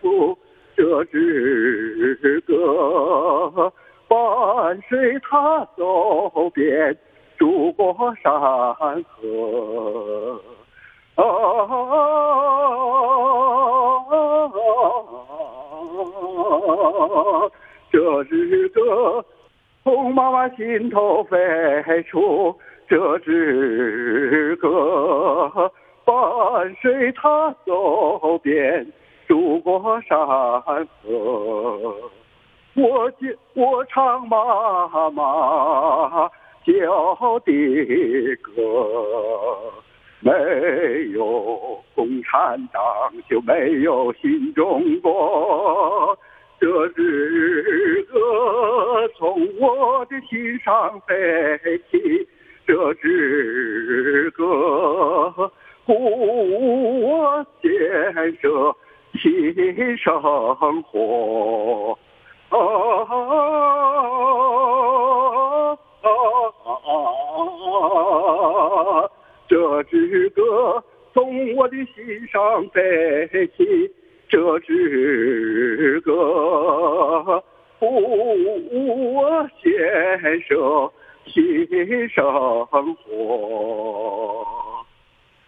I: 出，这支歌伴随她走遍祖国山河。啊。这支歌从妈妈心头飞出，这支歌伴随她走遍祖国山河。我教我唱妈妈教的歌，没有共产党就没有新中国。这支歌从我的心上飞起，这支歌鼓舞我建设新生活。啊这支歌从我的心上飞起，这支歌鼓舞我建设新生活。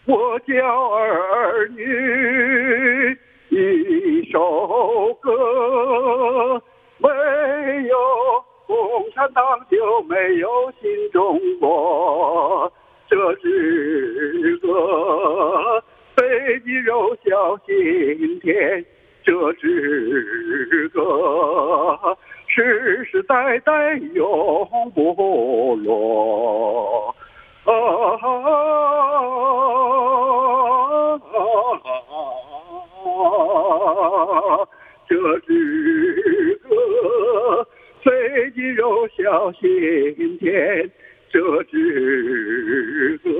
I: 我教儿女一首歌，没有共产党就没有新中国。这支歌飞进柔小心田，这支歌世世代代永不落。啊！这支歌飞进柔小心田，
H: 这职责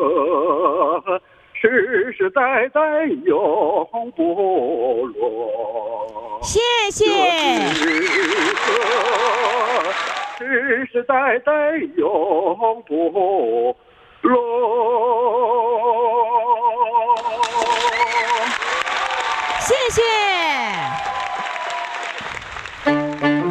H: 世世代代永不落。
B: 谢谢，
H: 世世代代永不落。
B: 谢谢。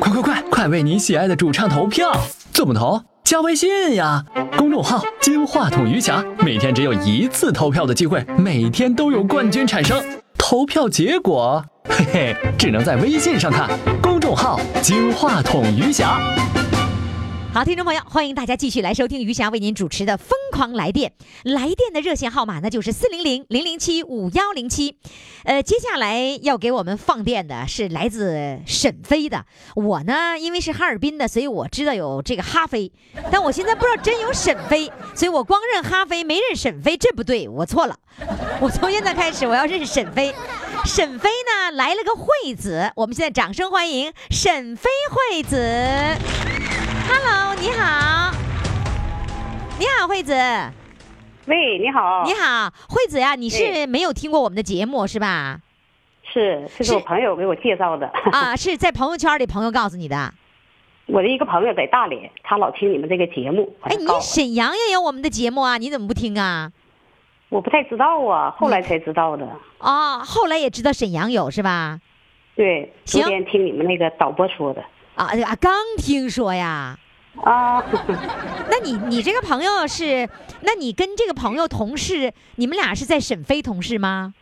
D: 快快快，快为你喜爱的主唱投票！怎么投？加微信呀，公众号“金话筒余霞”，每天只有一次投票的机会，每天都有冠军产生。投票结果，嘿嘿，只能在微信上看。公众号“金话筒余霞”。
B: 好，听众朋友，欢迎大家继续来收听余霞为您主持的《疯狂来电》。来电的热线号码呢，就是四零零零零七五幺零七。呃，接下来要给我们放电的是来自沈飞的。我呢，因为是哈尔滨的，所以我知道有这个哈飞，但我现在不知道真有沈飞，所以我光认哈飞没认沈飞，这不对，我错了。 我从现在开始我要认识沈飞。沈飞呢来了个惠子，我们现在掌声欢迎沈飞惠子。Hello，你好，你好，惠子，
J: 喂，你好，哎
B: 你好，惠子呀，你是
J: 对
B: 没有听过我们的节目是 吧？
J: 是
B: 是
J: 这是我朋友给我介绍的
B: 啊，是在朋友圈里朋友告诉你的。
J: 我的一个朋友在大连，他老听你们这个节目。
B: 哎，你
J: 告我
B: 沈阳也有我们的节目啊，你怎么不听啊？
J: 我不太知道啊，后来才知道的。
B: 啊，后来也知道沈阳有是吧？
J: 对，
B: 行
J: 昨天听你们那个导播说的
B: 啊啊，刚听说呀。
J: 啊，
B: 那你你这个朋友是？那你跟这个朋友同事，你们俩是在沈飞同事吗？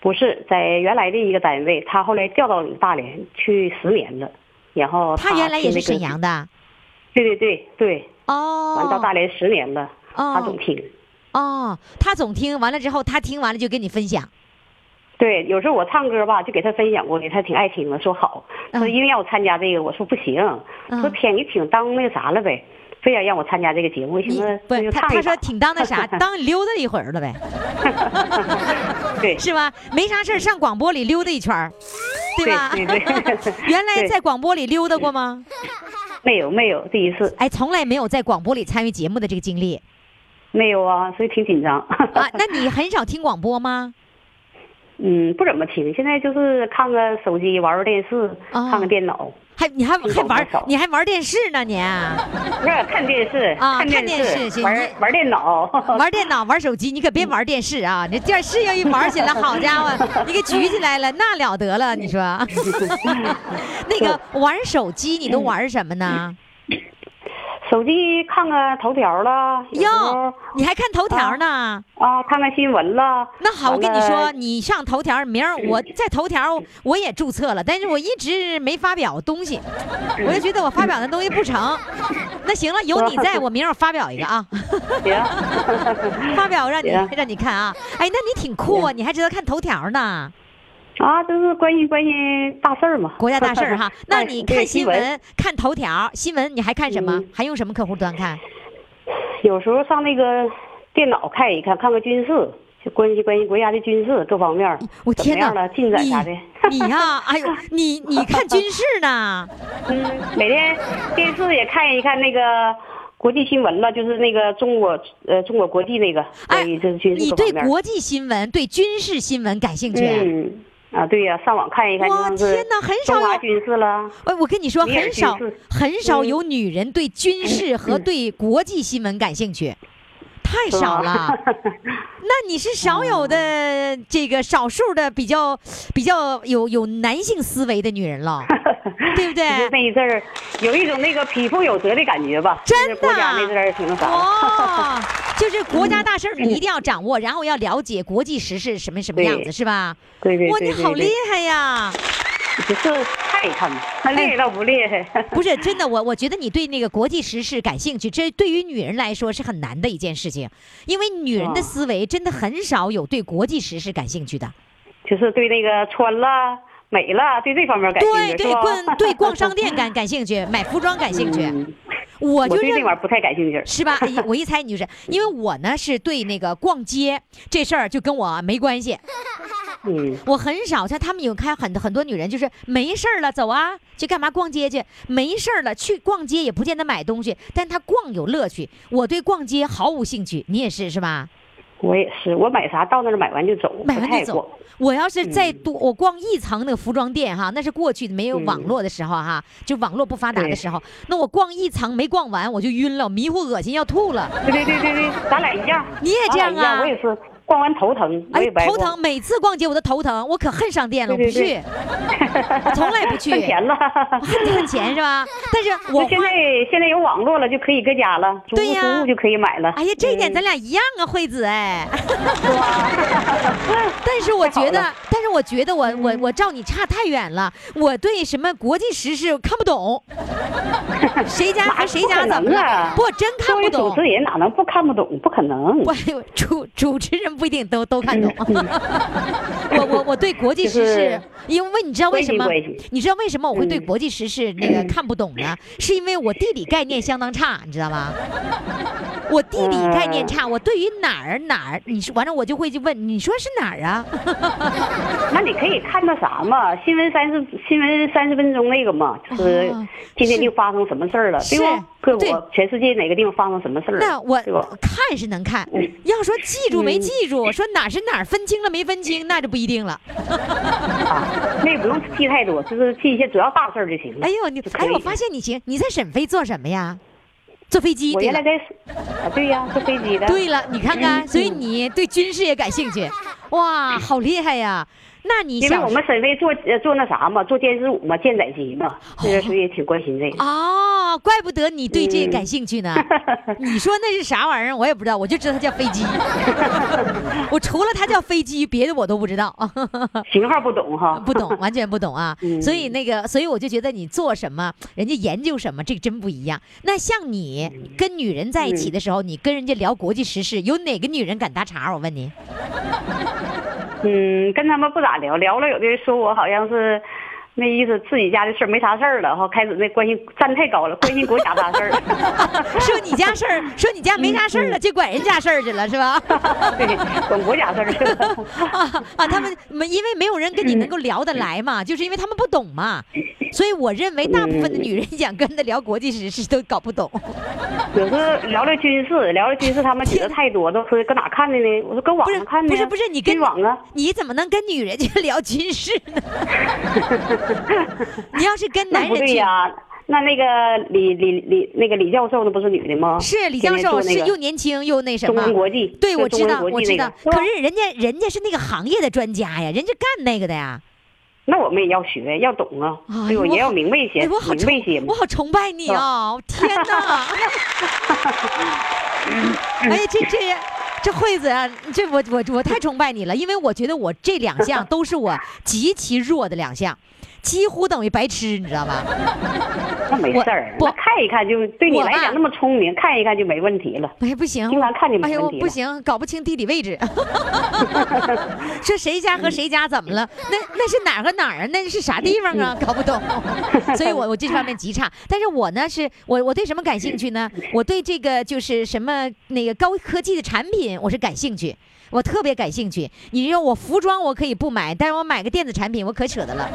J: 不是在原来的一个单位，他后来调到大连去十年了，然后
B: 他原来也
J: 听
B: 是
J: 那
B: 沈
J: 个
B: 阳，的。
J: 对对对对，
B: 哦。
J: 完到大连十年了，
B: 哦
J: 他总听。
B: 哦，他总听完了之后，他听完了就跟你分享。
J: 对，有时候我唱歌吧，就给他分享过去，他挺爱听的，说好，
B: 嗯
J: 说因为让我参加这个，我说不行，
B: 嗯
J: 说天你挺当那个啥了呗，非要让我参加这个节目，我寻
B: 你
J: 思
B: 不
J: 那
B: 是
J: 就
B: 他
J: 唱一
B: 他说
J: 把
B: 挺当那 啥，当溜达一会儿了呗，
J: 对
B: 是吧？没啥事儿上广播里溜达一圈儿，对吧？
J: 对对对
B: 原来
J: 对
B: 在广播里溜达过吗？
J: 没有没有第一次
B: 哎，从来没有在广播里参与节目的这个经历
J: 没有啊，所以挺紧张
B: 啊。那你很少听广播吗？
J: 嗯，不怎么听，现在就是看看手机，玩玩电视，
B: 啊
J: 看看电脑，
B: 还你还还
J: 广播
B: 玩
J: 少
B: 你还玩电视呢 你、
J: 不是看电视，
B: 啊
J: 看
B: 看电
J: 电
B: 视行
J: 玩
B: 你
J: 玩电脑，
B: 玩电脑玩手机，你可别玩电视啊！你电视要一玩起来，好家伙，你给举起来了，那了得了， 你说？那个玩手机你都玩什么呢？
J: 手机看看头条了，有时候
B: 哟，你还看头条呢？
J: 啊看看新闻了，
B: 那好，我跟
J: 完
B: 你
J: 了
B: 说，你上头条，明儿
J: 嗯
B: 我在头条我也注册了，但是我一直没发表东西，
J: 嗯
B: 我就觉得我发表的东西不成。那行了，有你在，我明儿我发表一个 啊，
J: 行
B: 发表让你
J: 行
B: 让你看啊。哎，那你挺酷啊，你还知道看头条呢，
J: 啊，就是关心关心大事儿嘛，。
B: 国家大事儿哈那
J: 哎
B: 你
J: 对
B: 看新
J: 新
B: 闻，看头条，新闻你还看什么
J: 嗯？
B: 还用什么客户端看？
J: 有时候上那个电脑看一看，看看军事，就关心关心国家的军事各方面儿，
B: 我
J: 怎么
B: 天哪
J: 样了，进展啥的。
B: 你你呀，哎呦，你你看军事呢？
J: 嗯，每天电视也看一看那个国际新闻了，就是那个中国呃中国国际那个，
B: 哎
J: 关于就是 军
B: 你
J: 事各
B: 对
J: 方面儿。
B: 国际新闻、对军事新闻感兴趣？
J: 嗯啊，对呀、上网看一看，
B: 哇
J: 就像是
B: 天哪很少
J: 中华
B: 有
J: 军事了。
B: 哎，我跟你说，
J: 你也
B: 很
J: 是
B: 少
J: 是嗯
B: 很少有女人对军事和对国际新闻感兴趣，太
J: 是
B: 少
J: 吗
B: 了。那你是少有的
J: 嗯
B: 这个少数的比较比较有有男性思维的女人 了，对不
J: 就是
B: 对？
J: 那一阵儿，有一种那个匹夫有责的感觉吧。
B: 真
J: 就是
B: 的，
J: 国家那阵儿挺那啥的。
B: 哦，就是国
J: 嗯
B: 家大事儿你一定要掌握，然后要了解国际时事什么什么样子，
J: 对
B: 是吧？
J: 对对
B: 哇，
J: 对
B: 你
J: 对
B: 好
J: 对
B: 厉害呀！
J: 只是看一看吧，那厉害倒不厉害。
B: 不是真的，我我觉得你对那个国际时事感兴趣，这对于女人来说是很难的一件事情，因为女人的
J: 哦
B: 思维真的很少有对国际时事感兴趣的。
J: 就是对那个穿了、美了，对这方面感 兴
B: 对
J: 趣，
B: 对，
J: 是吧
B: 逛对逛商店感感兴趣，买服装感兴趣。
J: 嗯
B: 我就
J: 对
B: 认
J: 这玩意儿不太感兴趣。
B: 是吧？一我一猜你就是，因为我呢是对那个逛街这事儿就跟我没关系，
J: 嗯，
B: 我很少像他们有看很很多女人就是没事儿了走啊，去干嘛逛街去？没事儿了去逛街也不见得买东西，但她逛有乐趣。我对逛街毫无兴趣，你也是是吧？
J: 我也是，我买啥到那儿买完就走，
B: 买
J: 不
B: 完
J: 太
B: 就
J: 逛嗯
B: 走。。我要是再多，我逛一层那个服装店哈，那是过去没有网
J: 嗯
B: 络的时候哈，就网络不发达的
J: 对
B: 时候，那我逛一层没逛完我就晕了，迷糊恶心要吐了。
J: 对对对对对，咱俩一样。
B: 你也这样啊
J: 咱俩一我也是逛完头疼，我
B: 哎
J: 也，不爱
B: 头
J: 逛
B: 疼，。每次逛街我都头疼，我可恨上店了，
J: 对对
B: 我不去，我从来不去，
J: 挣钱了。
B: 我恨恨钱是吧？但是 我 花
J: 那现在现在有网络了，就可以搁家了，足
B: 对
J: 不
B: 呀
J: 出户就可以买了。嗯
B: 哎呀，这一点咱俩一样啊，惠子 哎。但是我觉
J: 太
B: 得
J: 好，嗯
B: 但是我觉得我我我照你差太远了，我对什么国际时事看不 懂，谁家和谁家怎么
J: 哪
B: 了？
J: 儿
B: 不
J: 不可能啊，
B: 真看
J: 作
B: 不
J: 为主
B: 懂
J: 持。人哪能不看不懂？不可能。
B: 不，主主持人不一定都都看懂。我我我对国际时
J: 就
B: 事
J: 是，
B: 因为你知道为什么
J: 关心关心？
B: 你知道为什么我会对国际时事那
J: 嗯
B: 个看不懂呢？是因为我地理概念相当差，你知道吗？我地理概念
J: 嗯
B: 差，我对于哪儿哪儿，你说完了我就会去问，你说是哪儿啊？
J: 那你可以看那啥嘛，新闻三十新闻三十分钟那个嘛，就是
B: 啊
J: 今天
B: 是
J: 就发生什么事儿了，对
B: 是
J: 不？各
B: 对
J: 国全世界哪个地方发生什么事儿了，
B: 那我
J: 对不？
B: 看是能看，
J: 嗯
B: 要说记住没记住，说哪儿是哪儿分清了没分清，那就不一定了。
J: 啊， 那也不用记太多，就是记一些主要大事儿就行了。
B: 哎呦，你
J: 就可
B: 哎
J: 以，
B: 我发现你行，你在沈飞做什么呀？坐飞机
J: 我
B: 对
J: 原
B: 了
J: 来。在啊，对呀，坐飞机的。
B: 对了，你看
J: 嗯
B: 看，所以你对军事也感兴 趣，哇，好厉害呀！那你
J: 因为
B: 小
J: 我
B: 时
J: 们沈飞做呃做那啥嘛，做歼十五嘛，舰载机嘛，这所以也挺关心这个。
B: 哦，怪不得你对这个感兴趣呢。
J: 嗯
B: 你说那是啥玩意儿？我也不知道，我就知道它叫飞机。我除了它叫飞机，别的我都不知道，
J: 型号不懂哈，
B: 不懂，完全不懂啊。
J: 嗯
B: 所以那个，所以我就觉得你做什么，人家研究什么，这个真不一样。那像
J: 嗯
B: 你跟女人在一起的时候，你跟人家聊国际时事，有哪个女人敢搭茬儿？我问你。
J: 嗯，跟他们不咋聊，聊了有的人说我好像是。那意思自己家的事儿没啥事儿了哈，开始那关心站太高了，关心国家大事儿。
B: 说你家事儿，说你家没啥事儿
J: 嗯
B: 了，就管人家事儿去了，是吧？
J: 对，管国家事儿去了。
B: 啊啊，他们没因为没有人跟你能够聊得
J: 嗯
B: 来嘛，就是因为他们不懂嘛，所以我认为大部分的女人想跟他聊国际时事都搞不懂。
J: 有时候聊聊军事，聊聊军事，他们觉得太多，都说搁哪看的呢？我说搁网
B: 不是
J: 上看的。
B: 不是不是，你跟
J: 追网啊？
B: 你怎么能跟女人去聊军事 呢？你要是跟
J: 那
B: 男
J: 不
B: 人
J: 对
B: 去，
J: 呀、那那个李李李那个李教授，那不是女的吗？
B: 是李
J: 天
B: 教
J: 天
B: 授
J: 做那
B: 是
J: 个
B: 又年轻又那什
J: 中
B: 么
J: 文。国际，
B: 对，
J: 就
B: 我
J: 中
B: 知
J: 文
B: 道，
J: 国
B: 我
J: 际
B: 知
J: 那
B: 道
J: 个。啊
B: 可
J: 吧
B: 是人家，人家是那个行业的专家呀，人家干那个的呀。
J: 那我们也要学，要懂啊，
B: 哎
J: 对
B: 呦
J: 我
B: 我
J: 也要
B: 好
J: 明白一些，
B: 哎，我好
J: 明白一些
B: 崇，我好崇拜你哦！天哪！ 哎呀，这这这惠子啊，这我我我太崇拜你了，因为我觉得我这两项都是我极其弱的两项，几乎等于白痴，你知道吧？
J: 那没
B: 我
J: 事儿，
B: 我
J: 那看一看就对你
B: 我
J: 来
B: 吧
J: 讲那么聪明，看一看就没问题了。
B: 哎，不行，
J: 经常看见没
B: 哎呦
J: 问，题
B: 不
J: 了
B: 行，搞不清地理位置。 说谁家和谁家怎么了？那那是哪儿和哪儿啊？那是啥地方啊？搞不懂。 所以我我这方面极差。但是我呢，是我我对什么感兴趣呢？我对这个就是什么那个高科技的产品，我是感兴趣。我特别感兴趣，你说我服装我可以不买，但是我买个电子产品我可舍得了，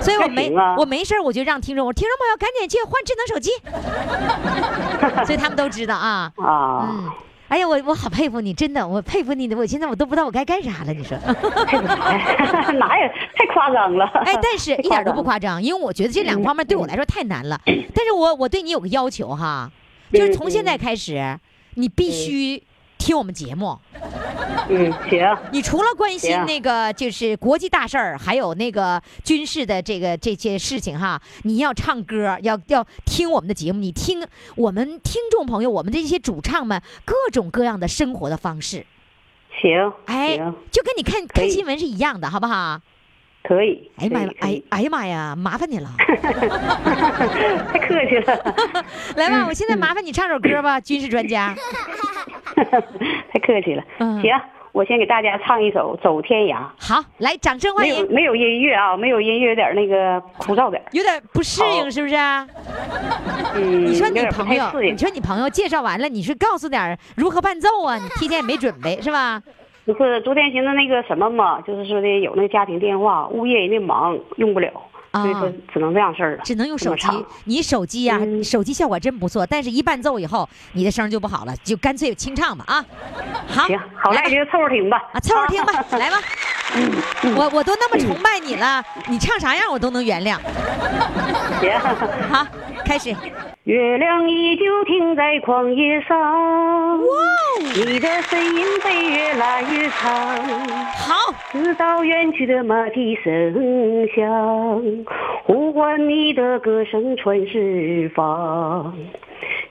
B: 所以我没、
J: 那行啊
B: 我没事儿我就让听众，我说听众朋友赶紧去换智能手机， 所以他们都知道啊。
J: 啊，
B: 嗯，哎呀，我我好佩服你，真的，我佩服你的，我现在我都不知道我该干啥了，你说？
J: 哪有太夸张了？
B: 嗯哎，但是
J: 太
B: 一点都不嗯
J: 张了。
B: 夸张，因为我觉得这两方面对我来说太难了。但是我我对你有个要求哈，就是从现在开始，你必须听我们节目。
J: 嗯，行，
B: 你除了关心
J: 行
B: 那个就是国际大事儿，还有那个军事的这个这些事情哈，你要唱歌，要要听我们的节目，你听我们听众朋友，我们这些主唱们各种各样的生活的方式。
J: 行，
B: 哎
J: 行，，
B: 就跟你看
J: 可
B: 看
J: 以
B: 新闻是一样的，好不好？
J: 可以。
B: 哎呀妈呀
J: 可以，可
B: 哎
J: 以
B: 哎呀妈呀，麻烦 你了，
J: 太客气了，
B: 来吧，我
J: 嗯
B: 现在麻烦你唱首歌吧，军事专家。
J: 太客气了。
B: 嗯
J: 行，我先给大家唱一首《走天涯》，
B: 好，来，掌声欢
J: 没有
B: 迎。
J: 没有音乐啊，没有音乐有点那个枯燥点儿，
B: 有点不适应，是不是啊、
J: 嗯，
B: 你说
J: 有
B: 你
J: 点不
B: 朋
J: 太
B: 友，
J: 适应
B: 你。说你朋友介绍完了，你是告诉点儿如何伴 奏啊？你提前也没准备是吧？
J: 不是昨天寻思那个什么嘛，就是说的有那个家庭电话，物业人家忙用不了，
B: 啊
J: 所以说只能这样式儿了，
B: 只能用手机
J: 这么唱。
B: 你手机呀、
J: 嗯
B: 手机效果真不错，但是一伴奏以后，你的声儿就不好了，就干脆清唱吧啊。好，
J: 行，好
B: 来
J: 赖
B: 吧
J: 就凑合听吧。
B: 啊，凑合听吧，来吧。我我都那么崇拜你了，你唱啥样我都能原谅。
J: 行。
B: 好，开始。
J: 月亮依旧停在旷野上，你的身影被越拉越长，
B: 好，
J: 直到远去的马蹄声响，呼唤你的歌声传四方。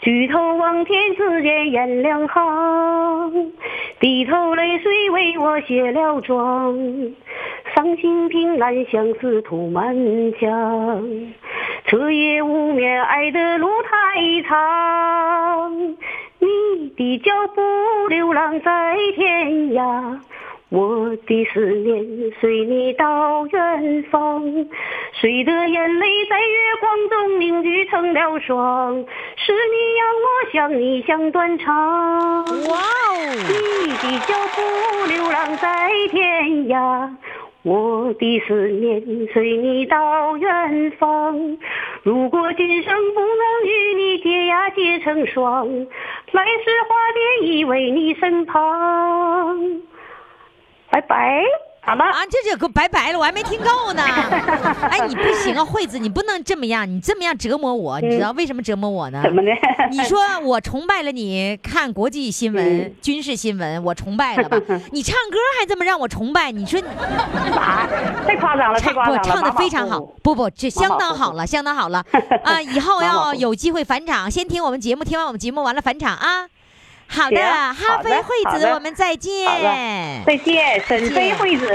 J: 举头望天，只见雁两行，低头泪水为我卸了妆。伤心凭栏相思吐满腔，彻夜无眠，爱的路太长。你的脚步流浪在天涯，我的思念随你到远方。谁的眼泪在月光中凝聚成了霜，是你让我想你想断
B: 哇
J: 肠。
B: 哦，
J: 你的脚步流浪在天涯，我的思念随你到远方。如果今生不能与你结呀结成双，来世花蝶依偎你身旁。拜拜，好了，
B: 啊，这这个拜拜了，我还没听够 呢。哎，你不行啊，惠子，你不能这么样，你这么样折磨我，你知道为什么折磨我呢？
J: 嗯怎么的？
B: 你说我崇拜了你，看国际新闻、
J: 嗯
B: 军事新闻，我崇拜 了吧？你唱歌还这么让我崇拜，你说你
J: 啊太夸张了，
B: 唱
J: 太夸
B: 不
J: 张了，
B: 唱的
J: 马马
B: 非常
J: 虎
B: 好
J: 虎，
B: 不不，这
J: 马马
B: 相当
J: 虎
B: 好
J: 虎
B: 了，相当好 了啊！以后
J: 马马
B: 要
J: 虎虎
B: 有机会返场，先听我们节目，听完我们节目完了返场啊。好的，
J: 行
B: 哈
J: 好
B: 飞
J: 的
B: 惠
J: 好
B: 子，
J: 的
B: 我们再
J: 好的
B: 见。
J: 再见，沈
B: 见
J: 飞惠子。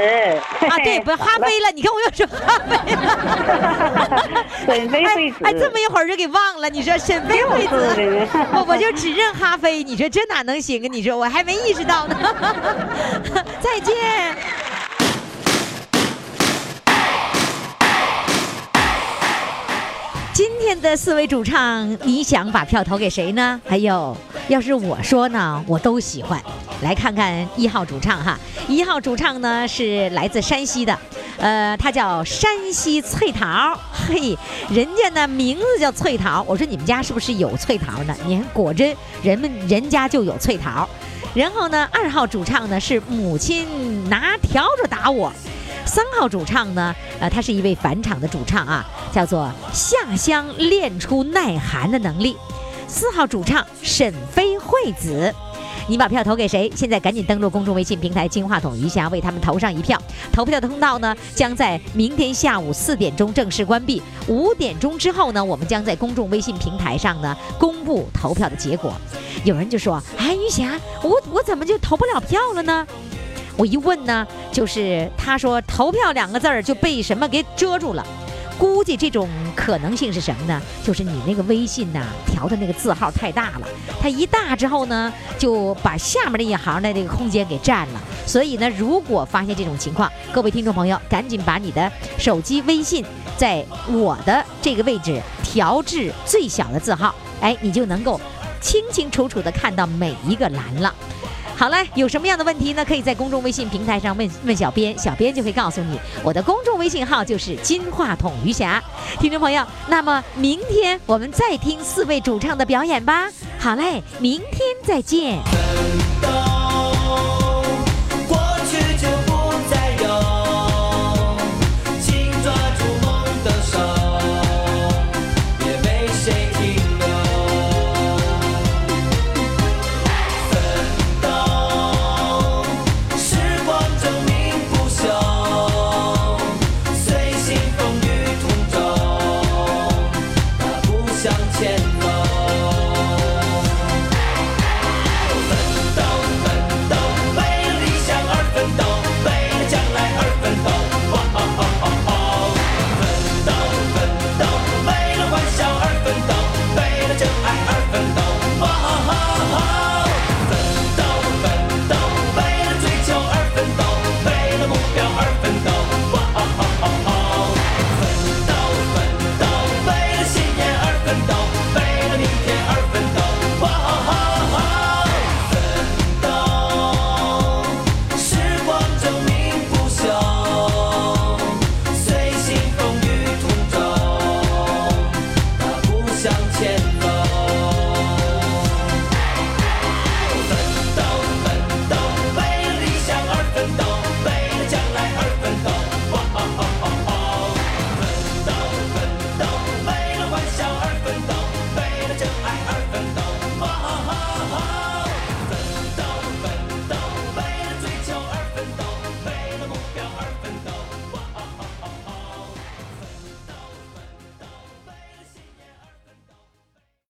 B: 啊，对，不是哈飞了，你看我又说哈飞了，
J: 沈飞惠
B: 哎
J: 子
B: 哎，这么一会儿就给忘了。你说沈飞惠子
J: 就是的，
B: 我我就只认哈飞，你说这哪能行啊？你说我还没意识到呢。 再见。今天的四位主唱，你想把票投给谁呢？还有，要是我说呢，我都喜欢。来看看一号主唱哈，一号主唱呢是来自山西的，呃，他叫山西翠桃，嘿，人家呢名字叫翠桃。我说你们家是不是有翠桃呢？你看，果真人们人家就有翠桃。然后呢，二号主唱呢是母亲拿笤帚打我，三号主唱呢，呃，他是一位返场的主唱啊，叫做下乡练出耐寒的能力。四号主唱沈飞惠子，你把票投给谁？现在赶紧登录公众微信平台“金话筒余霞”，为他们投上一票。投票的通道呢，将在明天下午四点钟正式关闭。五点钟之后呢，我们将在公众微信平台上呢公布投票的结果。有人就说：“哎，余霞，我我怎么就投不了票了呢？”我一问呢，就是他说“投票”两个字儿就被什么给遮住了。估计这种可能性是什么呢？就是你那个微信呐、调的那个字号太大了，它一大之后呢，就把下面那一行的这个空间给占了。所以呢，如果发现这种情况，各位听众朋友，赶紧把你的手机微信在我的这个位置调至最小的字号，哎，你就能够清清楚楚地看到每一个栏了。好嘞，有什么样的问题呢？可以在公众微信平台上问问小编，小编就会告诉你。我的公众微信号就是金话筒余霞。听众朋友，那么明天我们再听四位主唱的表演吧。好嘞，明天再见。
A: 都过去就不再有，请抓住梦的手，别为谁停留。奋斗，时光证明不朽，随心风雨同舟，大步向前走。哦